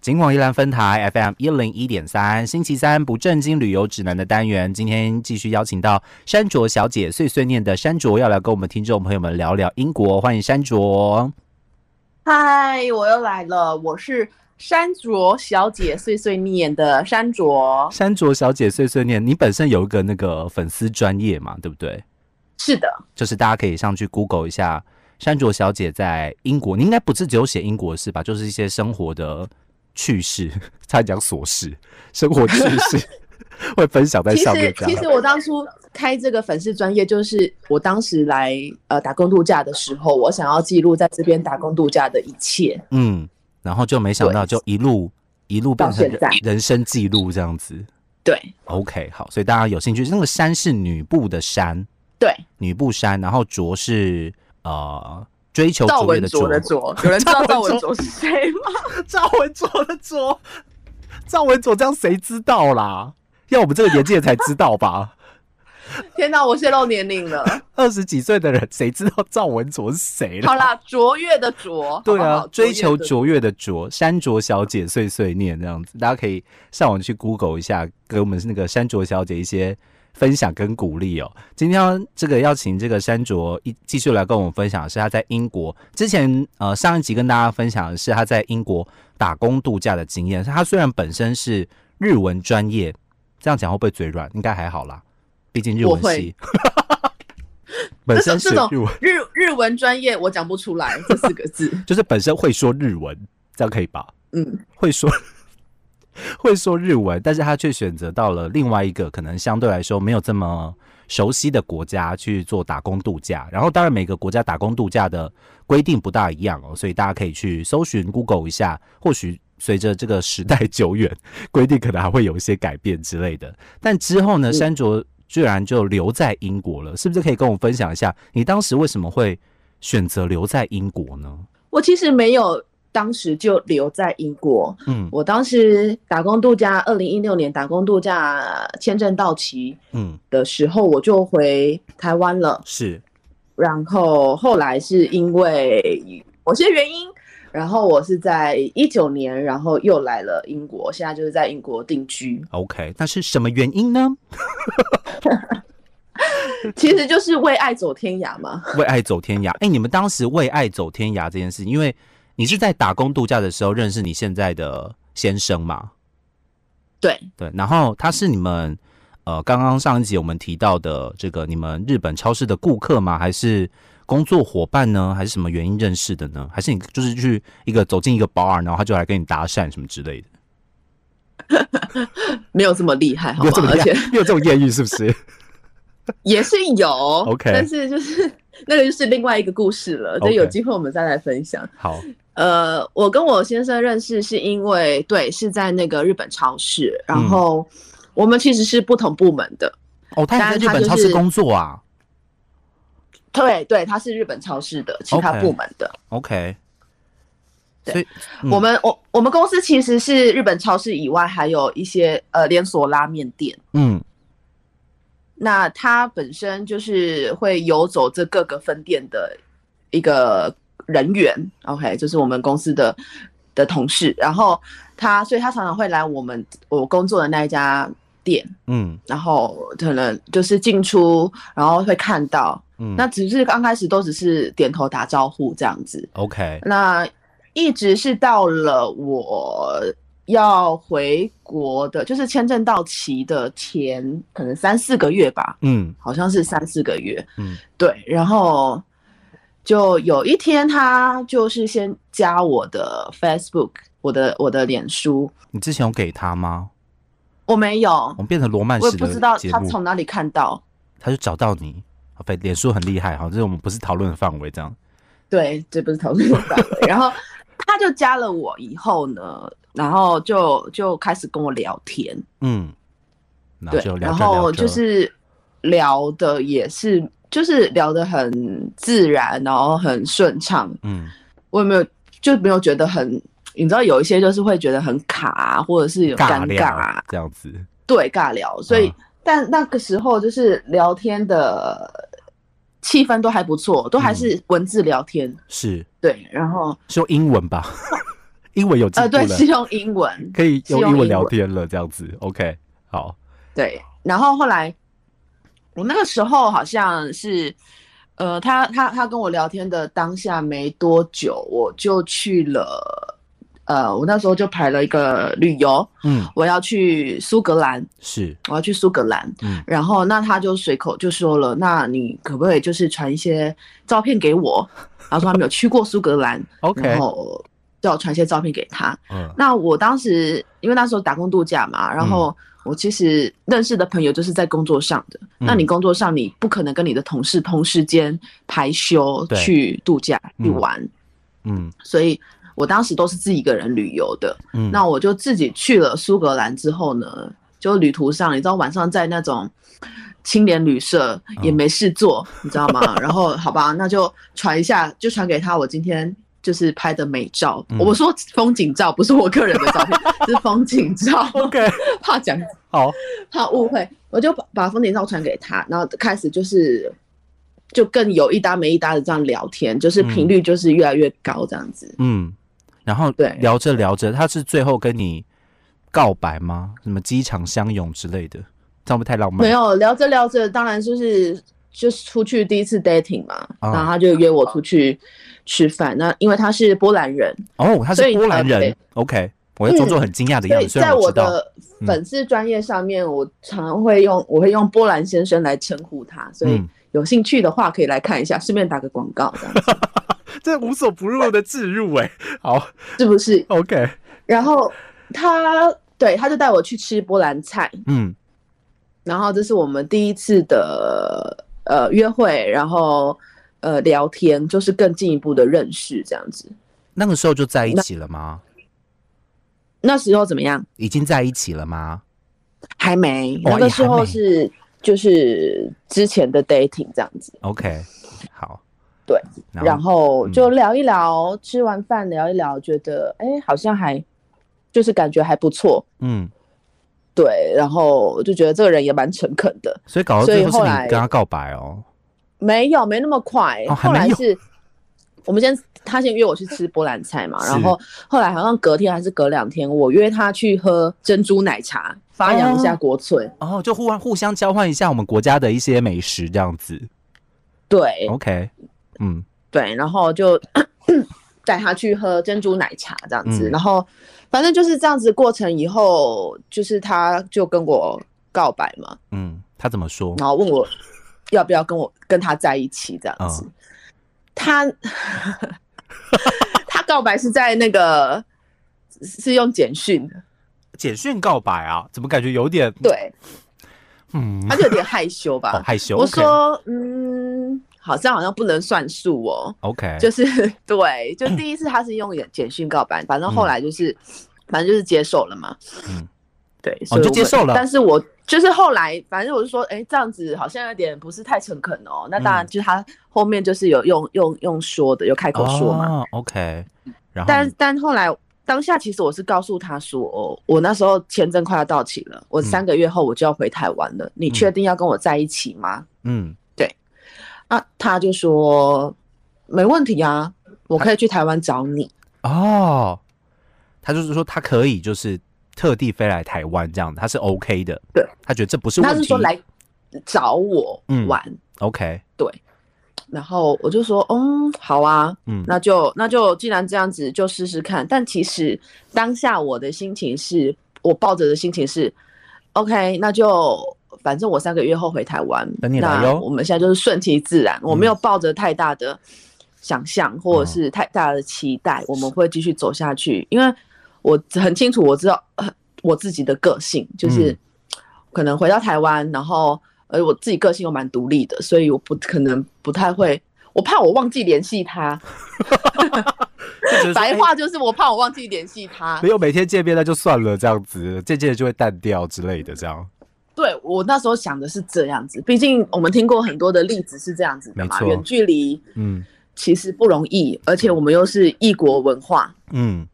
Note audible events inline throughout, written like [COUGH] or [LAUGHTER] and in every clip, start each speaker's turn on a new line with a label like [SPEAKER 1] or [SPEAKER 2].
[SPEAKER 1] 金广宜兰分台 FM 一零一点三，星期三不正经旅游指南的单元，今天继续邀请到山卓小姐碎碎念的山卓，要来跟我们听众朋友们聊聊英国，欢迎山卓。
[SPEAKER 2] 嗨，我又来了，我是山卓小姐碎碎念的山卓。
[SPEAKER 1] 山卓小姐碎碎念，你本身有一个那个粉丝专业嘛，对不对？
[SPEAKER 2] 是的，
[SPEAKER 1] 就是大家可以上去 Google 一下山卓小姐在英国，你应该不是只有写英国事吧？就是一些生活的趣事，差点讲琐事，生活趣
[SPEAKER 2] [LAUGHS]
[SPEAKER 1] 事会分享在
[SPEAKER 2] 其
[SPEAKER 1] 上面
[SPEAKER 2] 实
[SPEAKER 1] 这
[SPEAKER 2] 其
[SPEAKER 1] 样
[SPEAKER 2] 实。我当初开这个粉丝专业，就是我当时来呃打工度假的时候，我想要记录在这边打工度假的一切。
[SPEAKER 1] 嗯，然后就没想到
[SPEAKER 2] 对
[SPEAKER 1] 就一路一路变成
[SPEAKER 2] 到现在
[SPEAKER 1] 人人生记录这样子。
[SPEAKER 2] 对
[SPEAKER 1] OK，好，所以大家有兴趣，那个山是女部的山，
[SPEAKER 2] 对，
[SPEAKER 1] 女部山，然后卓是呃追求
[SPEAKER 2] 赵
[SPEAKER 1] 卓越
[SPEAKER 2] 文
[SPEAKER 1] 的
[SPEAKER 2] 卓
[SPEAKER 1] 卓，
[SPEAKER 2] 的卓，有人知道
[SPEAKER 1] 赵
[SPEAKER 2] 赵
[SPEAKER 1] 文
[SPEAKER 2] 文
[SPEAKER 1] 卓
[SPEAKER 2] 卓是谁
[SPEAKER 1] [LAUGHS]
[SPEAKER 2] 吗？
[SPEAKER 1] 赵文卓的卓，赵文卓这样谁知道啦？要我们这个年纪的才知道吧？
[SPEAKER 2] 天哪，我泄露年
[SPEAKER 1] [LAUGHS]
[SPEAKER 2] 龄了。
[SPEAKER 1] 二十几岁的人谁知道赵文卓是谁啦？
[SPEAKER 2] 好啦，卓越的卓，
[SPEAKER 1] 对
[SPEAKER 2] 好不
[SPEAKER 1] 啊
[SPEAKER 2] 好，
[SPEAKER 1] 追求
[SPEAKER 2] 卓
[SPEAKER 1] 卓
[SPEAKER 2] 越的
[SPEAKER 1] 越的卓，山卓小姐碎碎念这样子，大家可以上网去 Google 一下，给我们那个山卓小姐一些分享跟鼓励哦。今天要这个要请这个山卓一继续来跟我们分享的是她在英国之前，呃，上一集跟大家分享的是她在英国打工度假的经验。她虽然本身是日文专业，这样讲会不会嘴软？应该还好啦，毕竟日
[SPEAKER 2] 我
[SPEAKER 1] 文
[SPEAKER 2] 会 [LAUGHS]
[SPEAKER 1] 系。 [LAUGHS] 本身
[SPEAKER 2] 这
[SPEAKER 1] 学
[SPEAKER 2] 种
[SPEAKER 1] 日文，
[SPEAKER 2] 日日文专业，我讲不出来这四个字。
[SPEAKER 1] 就是本身会说日文，这样可以吧？
[SPEAKER 2] 嗯，
[SPEAKER 1] 会说会说日文，但是他却选择到了另外一个可能相对来说没有这么熟悉的国家去做打工度假。然后，当然每个国家打工度假的规定不大一样哦，所以大家可以去搜寻 Google 一下，或许。随着这个时代 [LAUGHS] 久远，规定可能还会有一些改变之类的。但之后呢，
[SPEAKER 2] 嗯
[SPEAKER 1] 山卓居然就留在英国了，是不是可以跟我分享一下，你当时为什么会选择留在英国呢？
[SPEAKER 2] 我其实没有当时就留在英国，
[SPEAKER 1] 嗯
[SPEAKER 2] 我当时打工度假，二零一六年打工度假签证到期
[SPEAKER 1] 嗯，
[SPEAKER 2] 的时候，我就回台湾了。
[SPEAKER 1] 是
[SPEAKER 2] 然后后来是因为某些原因，然后我是在一九年，然后又来了英国，现在就是在英国定居。
[SPEAKER 1] OK，那是什么原因呢？
[SPEAKER 2] 其实就是为爱走天涯嘛。
[SPEAKER 1] [LAUGHS] 为爱走天涯。哎、你们当时为爱走天涯这件事，因为你是在打工度假的时候认识你现在的先生嘛？
[SPEAKER 2] 对，
[SPEAKER 1] 对，然后他是你们呃，刚刚上一集我们提到的这个你们日本超市的顾客吗？还是工作伙伴呢？还是什么原因认识的呢？还是你就是去一个走进一个 bar，然后他就来跟你搭讪什么之类
[SPEAKER 2] [LAUGHS]
[SPEAKER 1] 的？
[SPEAKER 2] 没有这么厉害，好
[SPEAKER 1] 没有这
[SPEAKER 2] 吗？
[SPEAKER 1] 么
[SPEAKER 2] 而
[SPEAKER 1] 厉害
[SPEAKER 2] 且，
[SPEAKER 1] 没有这种艳遇是不是？
[SPEAKER 2] 也是有
[SPEAKER 1] OK
[SPEAKER 2] 但是就是 [LAUGHS] 那个就是另外一个故事了，这
[SPEAKER 1] OK
[SPEAKER 2] 有机会我们再来分享。
[SPEAKER 1] 好，
[SPEAKER 2] 呃，我跟我先生认识是因为对是在那个日本超市，然后我们其实是不同部门的。
[SPEAKER 1] 哦，他也在
[SPEAKER 2] 当然
[SPEAKER 1] 日
[SPEAKER 2] 他
[SPEAKER 1] 本
[SPEAKER 2] 就
[SPEAKER 1] 超市
[SPEAKER 2] 是
[SPEAKER 1] 工作啊。
[SPEAKER 2] 对对，他是日本超市的其他
[SPEAKER 1] OK
[SPEAKER 2] 部门的。
[SPEAKER 1] OK，
[SPEAKER 2] 对
[SPEAKER 1] 所以嗯
[SPEAKER 2] 我们我我们公司其实是日本超市以外还有一些呃连锁拉面店。
[SPEAKER 1] 嗯。
[SPEAKER 2] 那他本身就是会游走这各个分店的一个人员，OK，就是我们公司的的同事。然后他，所以他常常会来我们我工作的那一家店，
[SPEAKER 1] 嗯
[SPEAKER 2] 然后可能就是进出，然后会看到。
[SPEAKER 1] 嗯，
[SPEAKER 2] 那只是刚开始都只是点头打招呼这样子。
[SPEAKER 1] OK，
[SPEAKER 2] 那一直是到了我要回国的，就是签证到期的前可能三四个月吧，
[SPEAKER 1] 嗯
[SPEAKER 2] 好像是三四个月，
[SPEAKER 1] 嗯
[SPEAKER 2] 对，然后就有一天他就是先加我的 Facebook，我的我的脸书，
[SPEAKER 1] 你之前有给他吗？
[SPEAKER 2] 我没有
[SPEAKER 1] 我，们变成罗曼
[SPEAKER 2] 我也
[SPEAKER 1] 史
[SPEAKER 2] 不
[SPEAKER 1] 的
[SPEAKER 2] 知道
[SPEAKER 1] 节
[SPEAKER 2] 他
[SPEAKER 1] 目，
[SPEAKER 2] 从哪里看到，
[SPEAKER 1] 他就找到你。好被脸书很厉害哈，这是我们不是讨论的范围，这样。
[SPEAKER 2] 对，这不是投资范围，然后他就加了我以后呢，然后就就开始跟我聊天，
[SPEAKER 1] 嗯，然后
[SPEAKER 2] 对
[SPEAKER 1] 就，聊
[SPEAKER 2] 然
[SPEAKER 1] 着
[SPEAKER 2] 后
[SPEAKER 1] 聊着，
[SPEAKER 2] 就是聊的也是，就是聊得很自然，然后很顺畅。
[SPEAKER 1] 嗯
[SPEAKER 2] 我也没有就没有觉得很，你知道有一些就是会觉得很卡、啊，或者是有
[SPEAKER 1] 尬
[SPEAKER 2] 尴
[SPEAKER 1] 聊
[SPEAKER 2] 尬、啊，
[SPEAKER 1] 这样子。
[SPEAKER 2] 对尬聊。所以，
[SPEAKER 1] 嗯
[SPEAKER 2] 但那个时候就是聊天的气氛
[SPEAKER 1] 嗯
[SPEAKER 2] 都还不错，都还是文字聊天。
[SPEAKER 1] 是
[SPEAKER 2] 对，然后
[SPEAKER 1] 是用英文吧？ [LAUGHS] 英文有进
[SPEAKER 2] 呃，
[SPEAKER 1] 步
[SPEAKER 2] 对，
[SPEAKER 1] 了
[SPEAKER 2] 是，用英文，
[SPEAKER 1] 可以
[SPEAKER 2] 是
[SPEAKER 1] 用
[SPEAKER 2] 用
[SPEAKER 1] 英文
[SPEAKER 2] 英
[SPEAKER 1] 聊
[SPEAKER 2] 文
[SPEAKER 1] 天了，这样子。OK，好，
[SPEAKER 2] 对，然后后来我那个时候好像是，呃，他他他跟我聊天的当下没多久，我就去了，呃，我那时候就排了一个旅游，
[SPEAKER 1] 嗯，
[SPEAKER 2] 我要去苏格兰，
[SPEAKER 1] 是，
[SPEAKER 2] 我要去苏格兰，
[SPEAKER 1] 嗯
[SPEAKER 2] 然后那他就随口就说了，那你可不可以就是传一些照片给我？然后说他没有去过苏格
[SPEAKER 1] [LAUGHS]
[SPEAKER 2] 兰，
[SPEAKER 1] ，OK，
[SPEAKER 2] 然后叫我传一些照片给他，
[SPEAKER 1] 嗯
[SPEAKER 2] 那我当时因为那时候打工度假嘛，然后
[SPEAKER 1] 嗯
[SPEAKER 2] 我其实认识的朋友就是在工作上的。那你工作上你不可能跟你的同事同时间排休
[SPEAKER 1] 对
[SPEAKER 2] 去度假
[SPEAKER 1] 嗯
[SPEAKER 2] 去玩，
[SPEAKER 1] 嗯
[SPEAKER 2] 所以我当时都是自己一个人旅游的。
[SPEAKER 1] 嗯，
[SPEAKER 2] 那我就自己去了苏格兰之后呢，就旅途上，你知道晚上在那种青年旅社
[SPEAKER 1] 嗯
[SPEAKER 2] 也没事做，你知道吗？然后好吧，那就传一下，就传给他我今天就是拍的美照。
[SPEAKER 1] 嗯
[SPEAKER 2] 我说风景照，不是我个人的
[SPEAKER 1] [LAUGHS]
[SPEAKER 2] 照片，是风景照，
[SPEAKER 1] OK，
[SPEAKER 2] 怕讲
[SPEAKER 1] 好，
[SPEAKER 2] 怕误会，我就把把风景照传给他，然后开始就是。就更有一搭没一搭的这样聊天，就是频率就是越来越高这样子。
[SPEAKER 1] 嗯，然后
[SPEAKER 2] 对
[SPEAKER 1] 聊着聊着，他是最后跟你告白吗？什么机场相拥之类的，这样不太浪漫。
[SPEAKER 2] 没有聊着聊着，当然就是就是出去第一次 dating 嘛，
[SPEAKER 1] 啊
[SPEAKER 2] 然后他就约我出去吃饭。那因为他是波兰人，
[SPEAKER 1] 哦，他
[SPEAKER 2] 所
[SPEAKER 1] 是
[SPEAKER 2] 以
[SPEAKER 1] 波兰
[SPEAKER 2] 呃
[SPEAKER 1] 人
[SPEAKER 2] 对。
[SPEAKER 1] OK，我要装作很惊讶的
[SPEAKER 2] 所
[SPEAKER 1] 样
[SPEAKER 2] 以
[SPEAKER 1] 子，虽然
[SPEAKER 2] 在我
[SPEAKER 1] 知道。嗯
[SPEAKER 2] 的粉丝专业上面，我常会用我会用波兰先生来称呼他，所以
[SPEAKER 1] 嗯
[SPEAKER 2] 有兴趣的话可以来看一下，顺便打个广告，这样子
[SPEAKER 1] 这无所不入的置入哎、好
[SPEAKER 2] 是
[SPEAKER 1] [LAUGHS]
[SPEAKER 2] 不是？
[SPEAKER 1] ，OK，
[SPEAKER 2] 然后他对他就带我去吃波兰菜，
[SPEAKER 1] 嗯
[SPEAKER 2] 然后这是我们第一次的呃约会，然后呃聊天，就是更进一步的认识这样子。
[SPEAKER 1] 那个时候就在一起了吗？
[SPEAKER 2] 那时候怎么样？
[SPEAKER 1] 已经在一起了吗？
[SPEAKER 2] 还没，
[SPEAKER 1] 哦
[SPEAKER 2] 那个时
[SPEAKER 1] 也还没
[SPEAKER 2] 候是就是之前的 dating 这样子，
[SPEAKER 1] OK，好，
[SPEAKER 2] 对，
[SPEAKER 1] 然后嗯
[SPEAKER 2] 然后就聊一聊，吃完饭聊一聊，觉得哎、诶好像还就是感觉还不错，
[SPEAKER 1] 嗯，
[SPEAKER 2] 对，然后就觉得这个人也蛮诚恳的，
[SPEAKER 1] 所以搞到
[SPEAKER 2] 所以
[SPEAKER 1] 最后是
[SPEAKER 2] 后
[SPEAKER 1] 你
[SPEAKER 2] 来
[SPEAKER 1] 跟他告白哦，
[SPEAKER 2] 没有没那么快，
[SPEAKER 1] 哦还
[SPEAKER 2] 后
[SPEAKER 1] 没
[SPEAKER 2] 来
[SPEAKER 1] 有
[SPEAKER 2] 是。我们先，他先约我去吃波兰菜嘛，
[SPEAKER 1] 是
[SPEAKER 2] 然后后来好像隔天还是隔两天，我约他去喝珍珠奶茶，发扬一下
[SPEAKER 1] 哦
[SPEAKER 2] 国粹。
[SPEAKER 1] 哦，就互换互相交换一下我们国家的一些美食这样子
[SPEAKER 2] 对，
[SPEAKER 1] ，OK，嗯
[SPEAKER 2] 对，然后就 [COUGHS] 带他去喝珍珠奶茶这样子，
[SPEAKER 1] 嗯
[SPEAKER 2] 然后反正就是这样子过程以后，就是他就跟我告白嘛，
[SPEAKER 1] 嗯，他怎么说？
[SPEAKER 2] 然后问我要不要跟我跟他在一起这样子，
[SPEAKER 1] 嗯
[SPEAKER 2] 他 [LAUGHS] 他告白是在那个是用简讯的，
[SPEAKER 1] 简讯告白啊，怎么感觉有点，
[SPEAKER 2] 对，
[SPEAKER 1] 嗯，
[SPEAKER 2] 他就有点害羞
[SPEAKER 1] 好
[SPEAKER 2] 吧，
[SPEAKER 1] 害羞。
[SPEAKER 2] 我说嗯，好像好像不能算数哦，
[SPEAKER 1] OK，
[SPEAKER 2] 就是 [LAUGHS] 对，就第一次他是用简简讯告白，反正后来就是，反正就是接受了嘛。
[SPEAKER 1] 嗯
[SPEAKER 2] 嗯，对，
[SPEAKER 1] 哦
[SPEAKER 2] 所以
[SPEAKER 1] 你就
[SPEAKER 2] 我
[SPEAKER 1] 接
[SPEAKER 2] 们
[SPEAKER 1] 受了
[SPEAKER 2] 但是我就是后来，反正我就说，哎、这样子好像有点不是太诚恳哦。那当然，
[SPEAKER 1] 嗯
[SPEAKER 2] 就是他后面就是有用用用说的，有开口说嘛。
[SPEAKER 1] 哦、，OK，然后嗯
[SPEAKER 2] 但但后来当下其实我是告诉他说，我那时候签证快要到期了，我
[SPEAKER 1] 嗯
[SPEAKER 2] 三个月后我就要回台湾了，你确定要跟我在一起吗？
[SPEAKER 1] 嗯，
[SPEAKER 2] 那他就说没问题啊，我可以去台湾找你。
[SPEAKER 1] 哦，他就是说他可以就是特地飞来台湾这样，他是 OK 的，
[SPEAKER 2] 对，
[SPEAKER 1] 他觉得这不是问
[SPEAKER 2] 他
[SPEAKER 1] 题。嗯
[SPEAKER 2] 是说来找我玩，
[SPEAKER 1] OK，
[SPEAKER 2] 然后我就说，嗯，好啊，
[SPEAKER 1] 嗯，
[SPEAKER 2] 那就那就既然这样子，就试试看。但其实当下我的心情是，我抱着的心情是，OK，那就反正我三个月后回台湾，
[SPEAKER 1] 等你来
[SPEAKER 2] 那
[SPEAKER 1] 哟嗯
[SPEAKER 2] 我们现在就是顺其自然，我没有抱着太大的想象
[SPEAKER 1] 哦
[SPEAKER 2] 或者是太大的期待，我们会继续走下去，因为我很清楚我知道呃我自己的个性，就是
[SPEAKER 1] 嗯
[SPEAKER 2] 可能回到台湾，然后呃我自己个性又蛮独立的，所以我不可能不太会，我怕我忘记联系他，
[SPEAKER 1] 就觉得说
[SPEAKER 2] 白、
[SPEAKER 1] 哎
[SPEAKER 2] 话就是我怕我忘记联系他
[SPEAKER 1] 没。有每天见面那就算了，这样子渐渐地就会淡掉之类的，这样
[SPEAKER 2] 对我那时候想的是这样子，毕竟我们听过很多的例子是这样子的嘛，
[SPEAKER 1] 没错
[SPEAKER 2] 远距离
[SPEAKER 1] 嗯
[SPEAKER 2] 其实不容易，而且我们又是异国文化，
[SPEAKER 1] 嗯，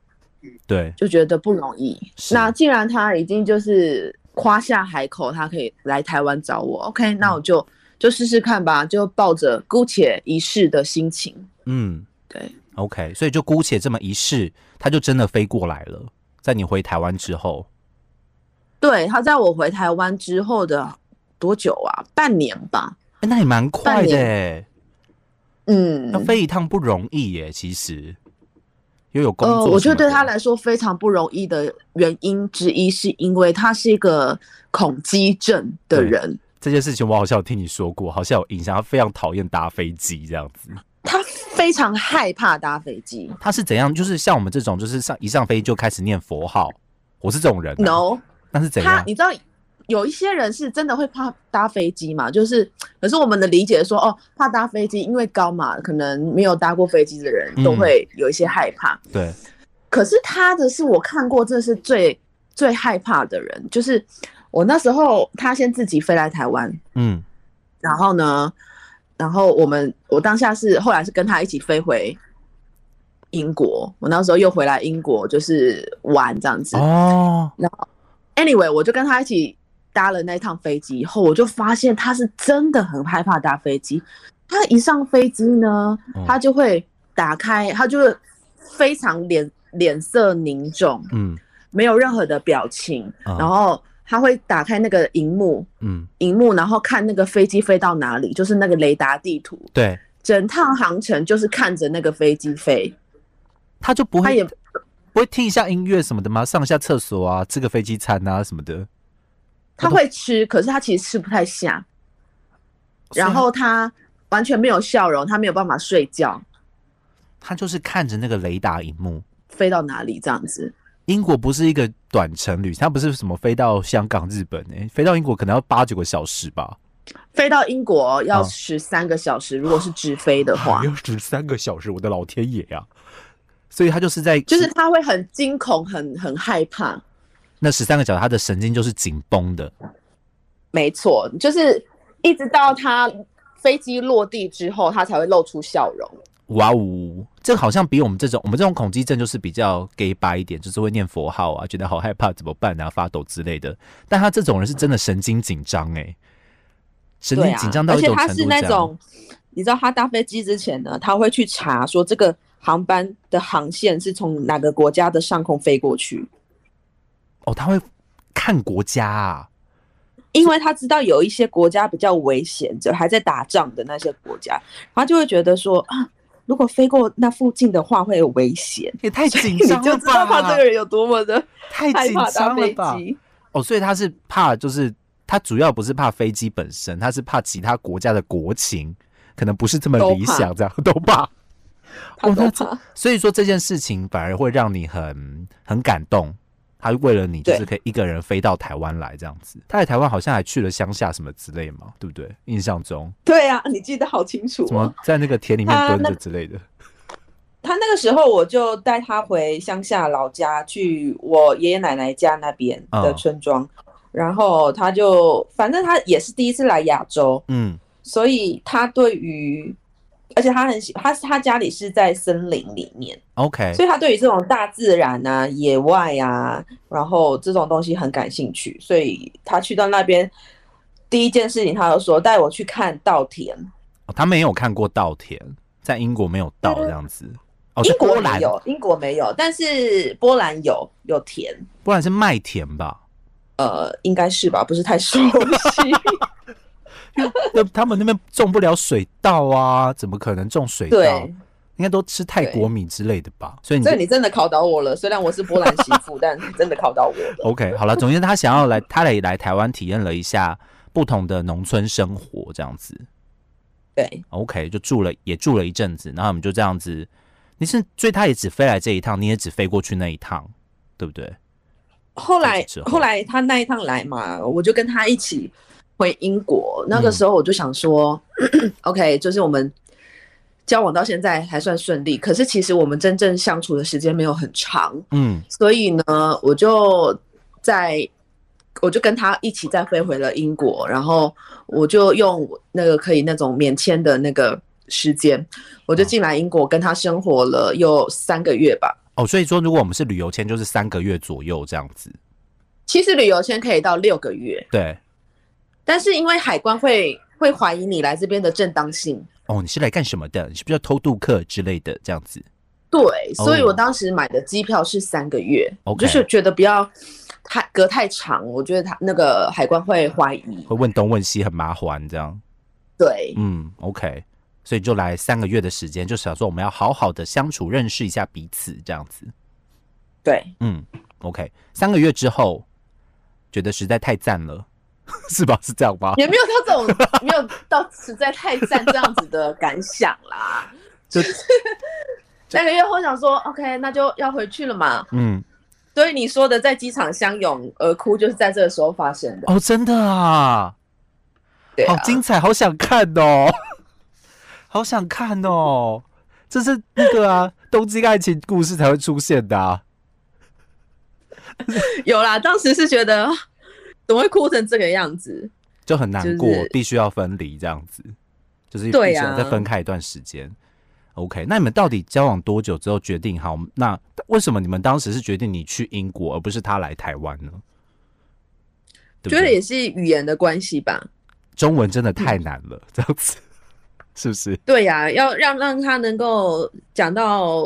[SPEAKER 1] 对，
[SPEAKER 2] 就觉得不容易。
[SPEAKER 1] 是
[SPEAKER 2] 那既然他已经就是夸下海口，他可以来台湾找我，OK，那
[SPEAKER 1] 嗯
[SPEAKER 2] 我就、就试试看吧，就抱着姑且一试的心情，
[SPEAKER 1] 嗯
[SPEAKER 2] 对，
[SPEAKER 1] OK，所以就姑且这么一试，它就真的飞过来了。在你回台湾之后，
[SPEAKER 2] 对，他在我回台湾之后的多久啊？半年吧。
[SPEAKER 1] 哎、那也蛮快的、欸，
[SPEAKER 2] 嗯
[SPEAKER 1] 要，飞一趟不容易耶、其实又有工作
[SPEAKER 2] 呃，
[SPEAKER 1] 什么的、
[SPEAKER 2] 我觉得对他来说非常不容易的原因之一，是因为他是一个恐机症的
[SPEAKER 1] 对
[SPEAKER 2] 人，
[SPEAKER 1] 这件事情，我好像有听你说过，好像有印象。他非常讨厌搭飞机这样子。
[SPEAKER 2] 他非常害怕搭飞机。
[SPEAKER 1] 他是怎样？就是像我们这种，就是上一上飞机就开始念佛号。我是这种人、啊。
[SPEAKER 2] No，
[SPEAKER 1] 那是怎
[SPEAKER 2] 他
[SPEAKER 1] 样？
[SPEAKER 2] 你知道有一些人是真的会怕搭飞机嘛？就是可是我们的理解说，哦，怕搭飞机，因为高嘛，可能没有搭过飞机的人
[SPEAKER 1] 嗯
[SPEAKER 2] 都会有一些害怕。
[SPEAKER 1] 对，
[SPEAKER 2] 可是他的是我看过，真的是最最害怕的人，就是我那时候他先自己飞来台湾，
[SPEAKER 1] 嗯，
[SPEAKER 2] 然后呢，然后我们我当下是后来是跟他一起飞回英国，我那时候又回来英国就是玩这样子。
[SPEAKER 1] 哦，
[SPEAKER 2] Anyway，我就跟他一起搭了那趟飞机以后，我就发现他是真的很害怕搭飞机。他一上飞机呢
[SPEAKER 1] 嗯，
[SPEAKER 2] 他就会打开，他就会非常脸脸色凝重，
[SPEAKER 1] 嗯
[SPEAKER 2] 没有任何的表情，
[SPEAKER 1] 啊
[SPEAKER 2] 然后他会打开那个荧幕，
[SPEAKER 1] 嗯，
[SPEAKER 2] 荧幕然后看那个飞机飞到哪里，就是那个雷达地图，
[SPEAKER 1] 对，
[SPEAKER 2] 整趟航程就是看着那个飞机飞。
[SPEAKER 1] 他就不
[SPEAKER 2] 他
[SPEAKER 1] 会
[SPEAKER 2] 也
[SPEAKER 1] 不会听一下音乐什么的吗？上一下厕所啊，吃个飞机餐啊什么的。
[SPEAKER 2] 他会吃，可是他其实吃不太下，
[SPEAKER 1] 啊
[SPEAKER 2] 然后他完全没有笑容，他没有办法睡觉，
[SPEAKER 1] 他就是看着那个雷达荧幕。
[SPEAKER 2] 飞到哪里这样子。
[SPEAKER 1] 英国不是一个短程旅，它不是什么飞到香港、日本、诶，飞到英国可能要八九个小时吧，
[SPEAKER 2] 飞到英国要
[SPEAKER 1] 啊，
[SPEAKER 2] 十三个小时，如果是直飞的话
[SPEAKER 1] 要十三个小时，我的老天爷呀、所以他就是在
[SPEAKER 2] 就是他会很惊恐，很很害怕。
[SPEAKER 1] 那十三个小时，他的神经就是紧绷的。
[SPEAKER 2] 没错，就是一直到他飞机落地之后，他才会露出笑容。
[SPEAKER 1] 哇呜，这好像比我们这种我们这种恐惧症就是比较 gay 白一点，就是会念佛号啊，觉得好害怕，怎么办啊，发抖之类的。但他这种人是真的神经紧张诶，神
[SPEAKER 2] 对
[SPEAKER 1] 经
[SPEAKER 2] 啊，
[SPEAKER 1] 紧张到一种
[SPEAKER 2] 而且
[SPEAKER 1] 程
[SPEAKER 2] 他
[SPEAKER 1] 度
[SPEAKER 2] 是
[SPEAKER 1] 这
[SPEAKER 2] 那
[SPEAKER 1] 样
[SPEAKER 2] 种，你知道他搭飞机之前呢，他会去查说这个航班的航线是从哪个国家的上空飞过去，
[SPEAKER 1] 哦，他会看国家啊，
[SPEAKER 2] 因为他知道有一些国家比较危险，就还在打仗的那些国家，他就会觉得说啊，如果飞过那附近的话会有危险。
[SPEAKER 1] 也太
[SPEAKER 2] 所以
[SPEAKER 1] 紧
[SPEAKER 2] 你
[SPEAKER 1] 张
[SPEAKER 2] 就
[SPEAKER 1] 了
[SPEAKER 2] 知道他这
[SPEAKER 1] 吧
[SPEAKER 2] 个，人有多么的
[SPEAKER 1] 太
[SPEAKER 2] 害
[SPEAKER 1] 紧
[SPEAKER 2] 怕搭
[SPEAKER 1] 张了
[SPEAKER 2] 飞
[SPEAKER 1] 吧。
[SPEAKER 2] 机。
[SPEAKER 1] 哦，所以他是怕，就是他主要不是怕飞机本身，他是怕其他国家的国情可能不是这么理想，这样都
[SPEAKER 2] [LAUGHS]
[SPEAKER 1] 怕。哦
[SPEAKER 2] 他都
[SPEAKER 1] 那
[SPEAKER 2] 怕
[SPEAKER 1] 这所以说这件事情反而会让你很很感动。他为了你，就
[SPEAKER 2] 对
[SPEAKER 1] 是可以一个人飞到台湾来这样子。他在台湾好像还去了乡下什么之类嘛，对不对？印象中
[SPEAKER 2] 对啊，你记得好清楚、
[SPEAKER 1] 什
[SPEAKER 2] 哦
[SPEAKER 1] 么。在那个田里面
[SPEAKER 2] 他
[SPEAKER 1] 蹲
[SPEAKER 2] 那
[SPEAKER 1] 着之类的。
[SPEAKER 2] 他那个时候，我就带他回乡下老家，去我爷爷奶奶家那边的村庄。然后他就，反正他也是第一次来亚洲，
[SPEAKER 1] 嗯
[SPEAKER 2] 所以他对于，而且他很喜，他他家里是在森林里面，
[SPEAKER 1] ，OK，
[SPEAKER 2] 所以他对于这种大自然啊、野外啊，然后这种东西很感兴趣。所以他去到那边，第一件事情他就说带我去看稻田。
[SPEAKER 1] 哦他没有看过稻田，在英国没有稻这样子。哦，在
[SPEAKER 2] 呃英国
[SPEAKER 1] 波
[SPEAKER 2] 没
[SPEAKER 1] 兰，
[SPEAKER 2] 有，英国没有，但是波兰有有田，
[SPEAKER 1] 波兰是麦田吧？
[SPEAKER 2] 呃，应该是吧，不是太熟
[SPEAKER 1] [LAUGHS]
[SPEAKER 2] 悉。
[SPEAKER 1] 那他们那边种不了水稻啊，怎么可能种水稻？
[SPEAKER 2] 对，
[SPEAKER 1] 应该都吃泰国米之类的吧。所以你
[SPEAKER 2] 所
[SPEAKER 1] 就
[SPEAKER 2] 以你真的考倒我了。虽然我是波兰媳妇，但真的考倒我了。
[SPEAKER 1] OK 好了。总之，他想要来， [LAUGHS] 他也来台湾体验了一下不同的农村生活，这样子。
[SPEAKER 2] 对，
[SPEAKER 1] OK，就住了，也住了一阵子，然后我们就这样子。你是，所以他也只飞来这一趟，你也只飞过去那一趟，对不对？
[SPEAKER 2] 后来
[SPEAKER 1] 这是之后
[SPEAKER 2] 后来他那一趟来嘛，我就跟他一起回英国。那个时候我就想说、o [CLEARS THROAT] k 就是我们交往到现在还算顺利，可是其实我们真正相处的时间没有很长。
[SPEAKER 1] 嗯
[SPEAKER 2] 所以呢，我就在，我就跟他一起再飞回了英国，然后我就用那个可以那种免签的那个时间，我就进来英国跟他生活了有三个月吧。
[SPEAKER 1] 哦，所以说如果我们是旅游签，就是三个月左右这样子。
[SPEAKER 2] 其实旅游签可以到六个月，
[SPEAKER 1] 对，
[SPEAKER 2] 但是因为海关会会怀疑你来这边的正当性，
[SPEAKER 1] 哦，你是来干什么的？你是不是要偷渡客之类的这样子？
[SPEAKER 2] 对，所以
[SPEAKER 1] 哦
[SPEAKER 2] 我当时买的机票是三个月
[SPEAKER 1] OK
[SPEAKER 2] 就是觉得不要太隔太长，我觉得他那个海关会怀疑。
[SPEAKER 1] 会问东问西，很麻烦这样。
[SPEAKER 2] 对，
[SPEAKER 1] 嗯，OK，所以就来三个月的时间，就想说我们要好好的相处，认识一下彼此这样子。
[SPEAKER 2] 对，
[SPEAKER 1] 嗯，OK，三个月之后觉得实在太赞了， [LAUGHS] 是吧？是这样吧？
[SPEAKER 2] [LAUGHS] 也没有到这种没有到实在太赞这样子的感想啦。
[SPEAKER 1] [LAUGHS]
[SPEAKER 2] [LAUGHS]
[SPEAKER 1] 就
[SPEAKER 2] 三个月后想说，OK，那就要回去了嘛。
[SPEAKER 1] 嗯，
[SPEAKER 2] 所以你说的在机场相拥而哭，就是在这个时候发生的。
[SPEAKER 1] 哦，真的啊，
[SPEAKER 2] 对啊
[SPEAKER 1] 好，精彩，好想看哦， [LAUGHS] 好想看哦，这是那个啊，东京爱情故事才会出现的、啊。
[SPEAKER 2] 有啦，当时是觉得啊怎么会哭成这个样子？
[SPEAKER 1] 就很难过，
[SPEAKER 2] 就是
[SPEAKER 1] 必须要分离这样子，就是必须
[SPEAKER 2] 对
[SPEAKER 1] 要
[SPEAKER 2] 啊
[SPEAKER 1] 再分开一段时间。OK，那你们到底交往多久之后决定好？那为什么你们当时是决定你去英国，而不是他来台湾呢？对不
[SPEAKER 2] 觉得
[SPEAKER 1] 对
[SPEAKER 2] 也是语言的关系吧。
[SPEAKER 1] 中文真的太难了，
[SPEAKER 2] 嗯
[SPEAKER 1] 这样子 [LAUGHS] 是不是？
[SPEAKER 2] 对呀、要让让他能够讲到，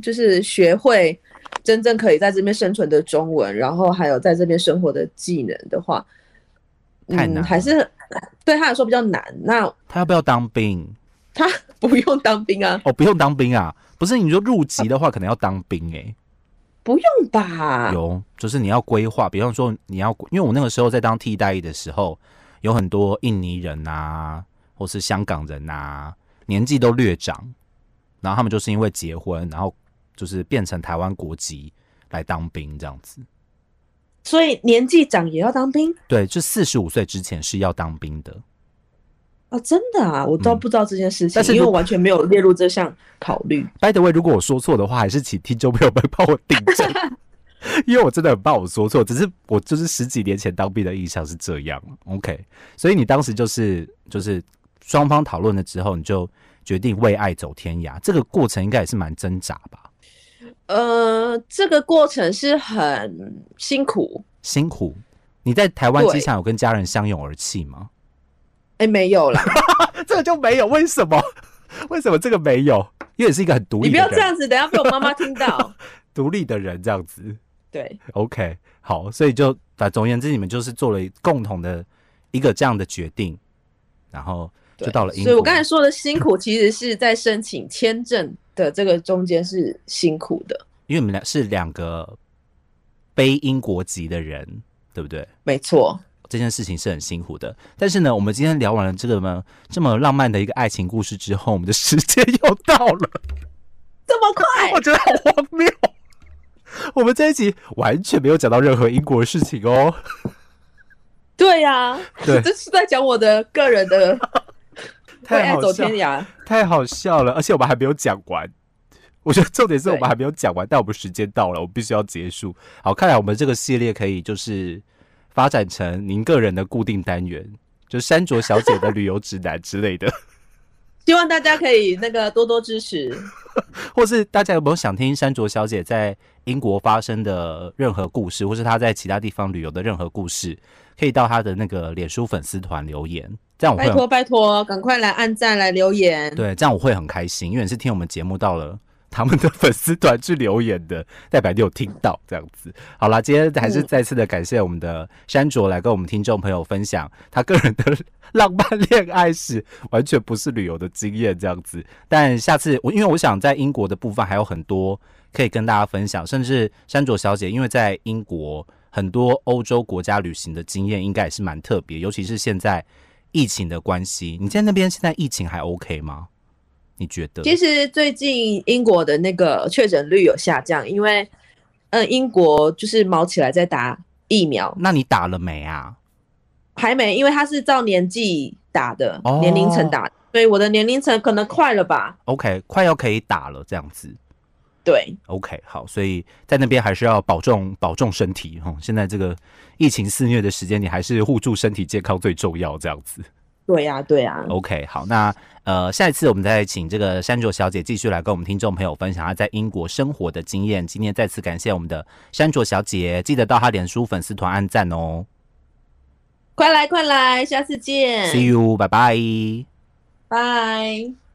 [SPEAKER 2] 就是学会真正可以在这边生存的中文，然后还有在这边生活的技能的话，
[SPEAKER 1] 太难了
[SPEAKER 2] 嗯，还是对他来说比较难。那 [LAUGHS]
[SPEAKER 1] 他要不要当兵？
[SPEAKER 2] 他不用当兵啊，
[SPEAKER 1] 哦，不用当兵啊，不是？你说入籍的话，可能要当兵欸诶、
[SPEAKER 2] 不用吧？
[SPEAKER 1] 有，就是你要规划，比方说你要，因为我那个时候在当替代役的时候，有很多印尼人啊，或是香港人啊，年纪都略长，然后他们就是因为结婚，然后就是变成台湾国籍来当兵这样子。
[SPEAKER 2] 所以年纪长也要当兵
[SPEAKER 1] 对，就四十五岁之前是要当兵的。
[SPEAKER 2] 啊、哦？真的啊，我都
[SPEAKER 1] 嗯
[SPEAKER 2] 不知道这件事情，
[SPEAKER 1] 但是
[SPEAKER 2] 因为
[SPEAKER 1] 如
[SPEAKER 2] 我完全没有列入这项考虑。
[SPEAKER 1] By the way，如果我说错的话，还是请听众朋友们帮我订
[SPEAKER 2] [LAUGHS]
[SPEAKER 1] 正，因为我真的很怕我说错。只是我就是十几年前当兵的印象是这样。OK，所以你当时就是就是双方讨论了之后，你就决定为爱走天涯，这个过程应该也是蛮挣扎吧，
[SPEAKER 2] 呃，这个过程是很辛苦。
[SPEAKER 1] 辛苦。你在台湾
[SPEAKER 2] 对
[SPEAKER 1] 机场有跟家人相拥而泣吗？
[SPEAKER 2] 哎，没有 [LAUGHS] 啦，
[SPEAKER 1] 这个就没有，为什么？ [LAUGHS] 为什么这个没有？因为你是一个很独立
[SPEAKER 2] 你不
[SPEAKER 1] 的
[SPEAKER 2] 要这
[SPEAKER 1] 人，
[SPEAKER 2] 样子，等一下被我妈 [LAUGHS] 妈听到。
[SPEAKER 1] 独立的人这样子。
[SPEAKER 2] 对，
[SPEAKER 1] OK，好，所以就啊，总而言之，你们就是做了共同的一个这样的决定，然后就
[SPEAKER 2] 对
[SPEAKER 1] 到了英国。
[SPEAKER 2] 所以我刚才说的辛苦，其实是在申请签证的这个中间是辛苦的，
[SPEAKER 1] 因为你们俩是两个非英国籍的人，对不对？
[SPEAKER 2] 没错。
[SPEAKER 1] 这件事情是很辛苦的。但是呢，我们今天聊完了这个呢这么浪漫的一个爱情故事之后，我们的时间又到了。[LAUGHS]
[SPEAKER 2] 这么快
[SPEAKER 1] 我，觉得好荒谬。 [LAUGHS] 我们这一集完全没有讲到任何英国的事情哦。
[SPEAKER 2] 对呀、
[SPEAKER 1] 对
[SPEAKER 2] 这是在讲我的个人的为
[SPEAKER 1] [LAUGHS] 太
[SPEAKER 2] 爱
[SPEAKER 1] 好
[SPEAKER 2] 走
[SPEAKER 1] 笑
[SPEAKER 2] 天涯。
[SPEAKER 1] 太好笑了，而且我们还没有讲完。 [LAUGHS] 我觉得重点是我们
[SPEAKER 2] 对
[SPEAKER 1] 还没有讲完，但我们时间到了，我们必须要结束。好，看来我们这个系列可以就是发展成您个人的固定单元，就是山卓小姐的旅游指南之类的， [LAUGHS]
[SPEAKER 2] 希望大家可以那个多多支持。
[SPEAKER 1] 或是大家有没有想听山卓小姐在英国发生的任何故事，或是她在其他地方旅游的任何故事，可以到她的那个脸书粉丝团留言，这样我会
[SPEAKER 2] 拜
[SPEAKER 1] 很
[SPEAKER 2] 托拜托，赶快来按赞来留言。
[SPEAKER 1] 对，这样我会很开心，因为你是听我们节目到了他们的粉丝团去留言的，代表你有听到这样子。好啦，今天还是
[SPEAKER 2] 嗯
[SPEAKER 1] 再次的感谢我们的山卓来跟我们听众朋友分享他个人的浪漫恋爱史，完全不是旅游的经验这样子。但下次我因为我想在英国的部分还有很多可以跟大家分享，甚至山卓小姐因为在英国很多欧洲国家旅行的经验应该也是蛮特别，尤其是现在。疫情的关系，你在那边现在疫情还 OK 吗？你觉得？
[SPEAKER 2] 其实最近英国的那个确诊率有下降，因为嗯，英国就是毛起来在打疫苗，
[SPEAKER 1] 那你打了没啊？
[SPEAKER 2] 还没，因为它是照年纪打的，
[SPEAKER 1] 哦
[SPEAKER 2] 年龄层打的，所以我的年龄层可能快了吧？
[SPEAKER 1] OK，快要可以打了，这样子。
[SPEAKER 2] 对，
[SPEAKER 1] OK，好，所以在那边还是要保重保重身体哈、哦现在这个疫情肆虐的时间，你还是护住身体健康最重要，这样子。
[SPEAKER 2] 对呀、对啊呀、
[SPEAKER 1] OK，好，那呃，下一次我们再请这个山卓小姐继续来跟我们听众朋友分享她在英国生活的经验。今天再次感谢我们的山卓小姐，记得到她脸书粉丝团按赞哦。
[SPEAKER 2] 快来快来，下次见嗯
[SPEAKER 1] See you，拜拜。
[SPEAKER 2] 拜。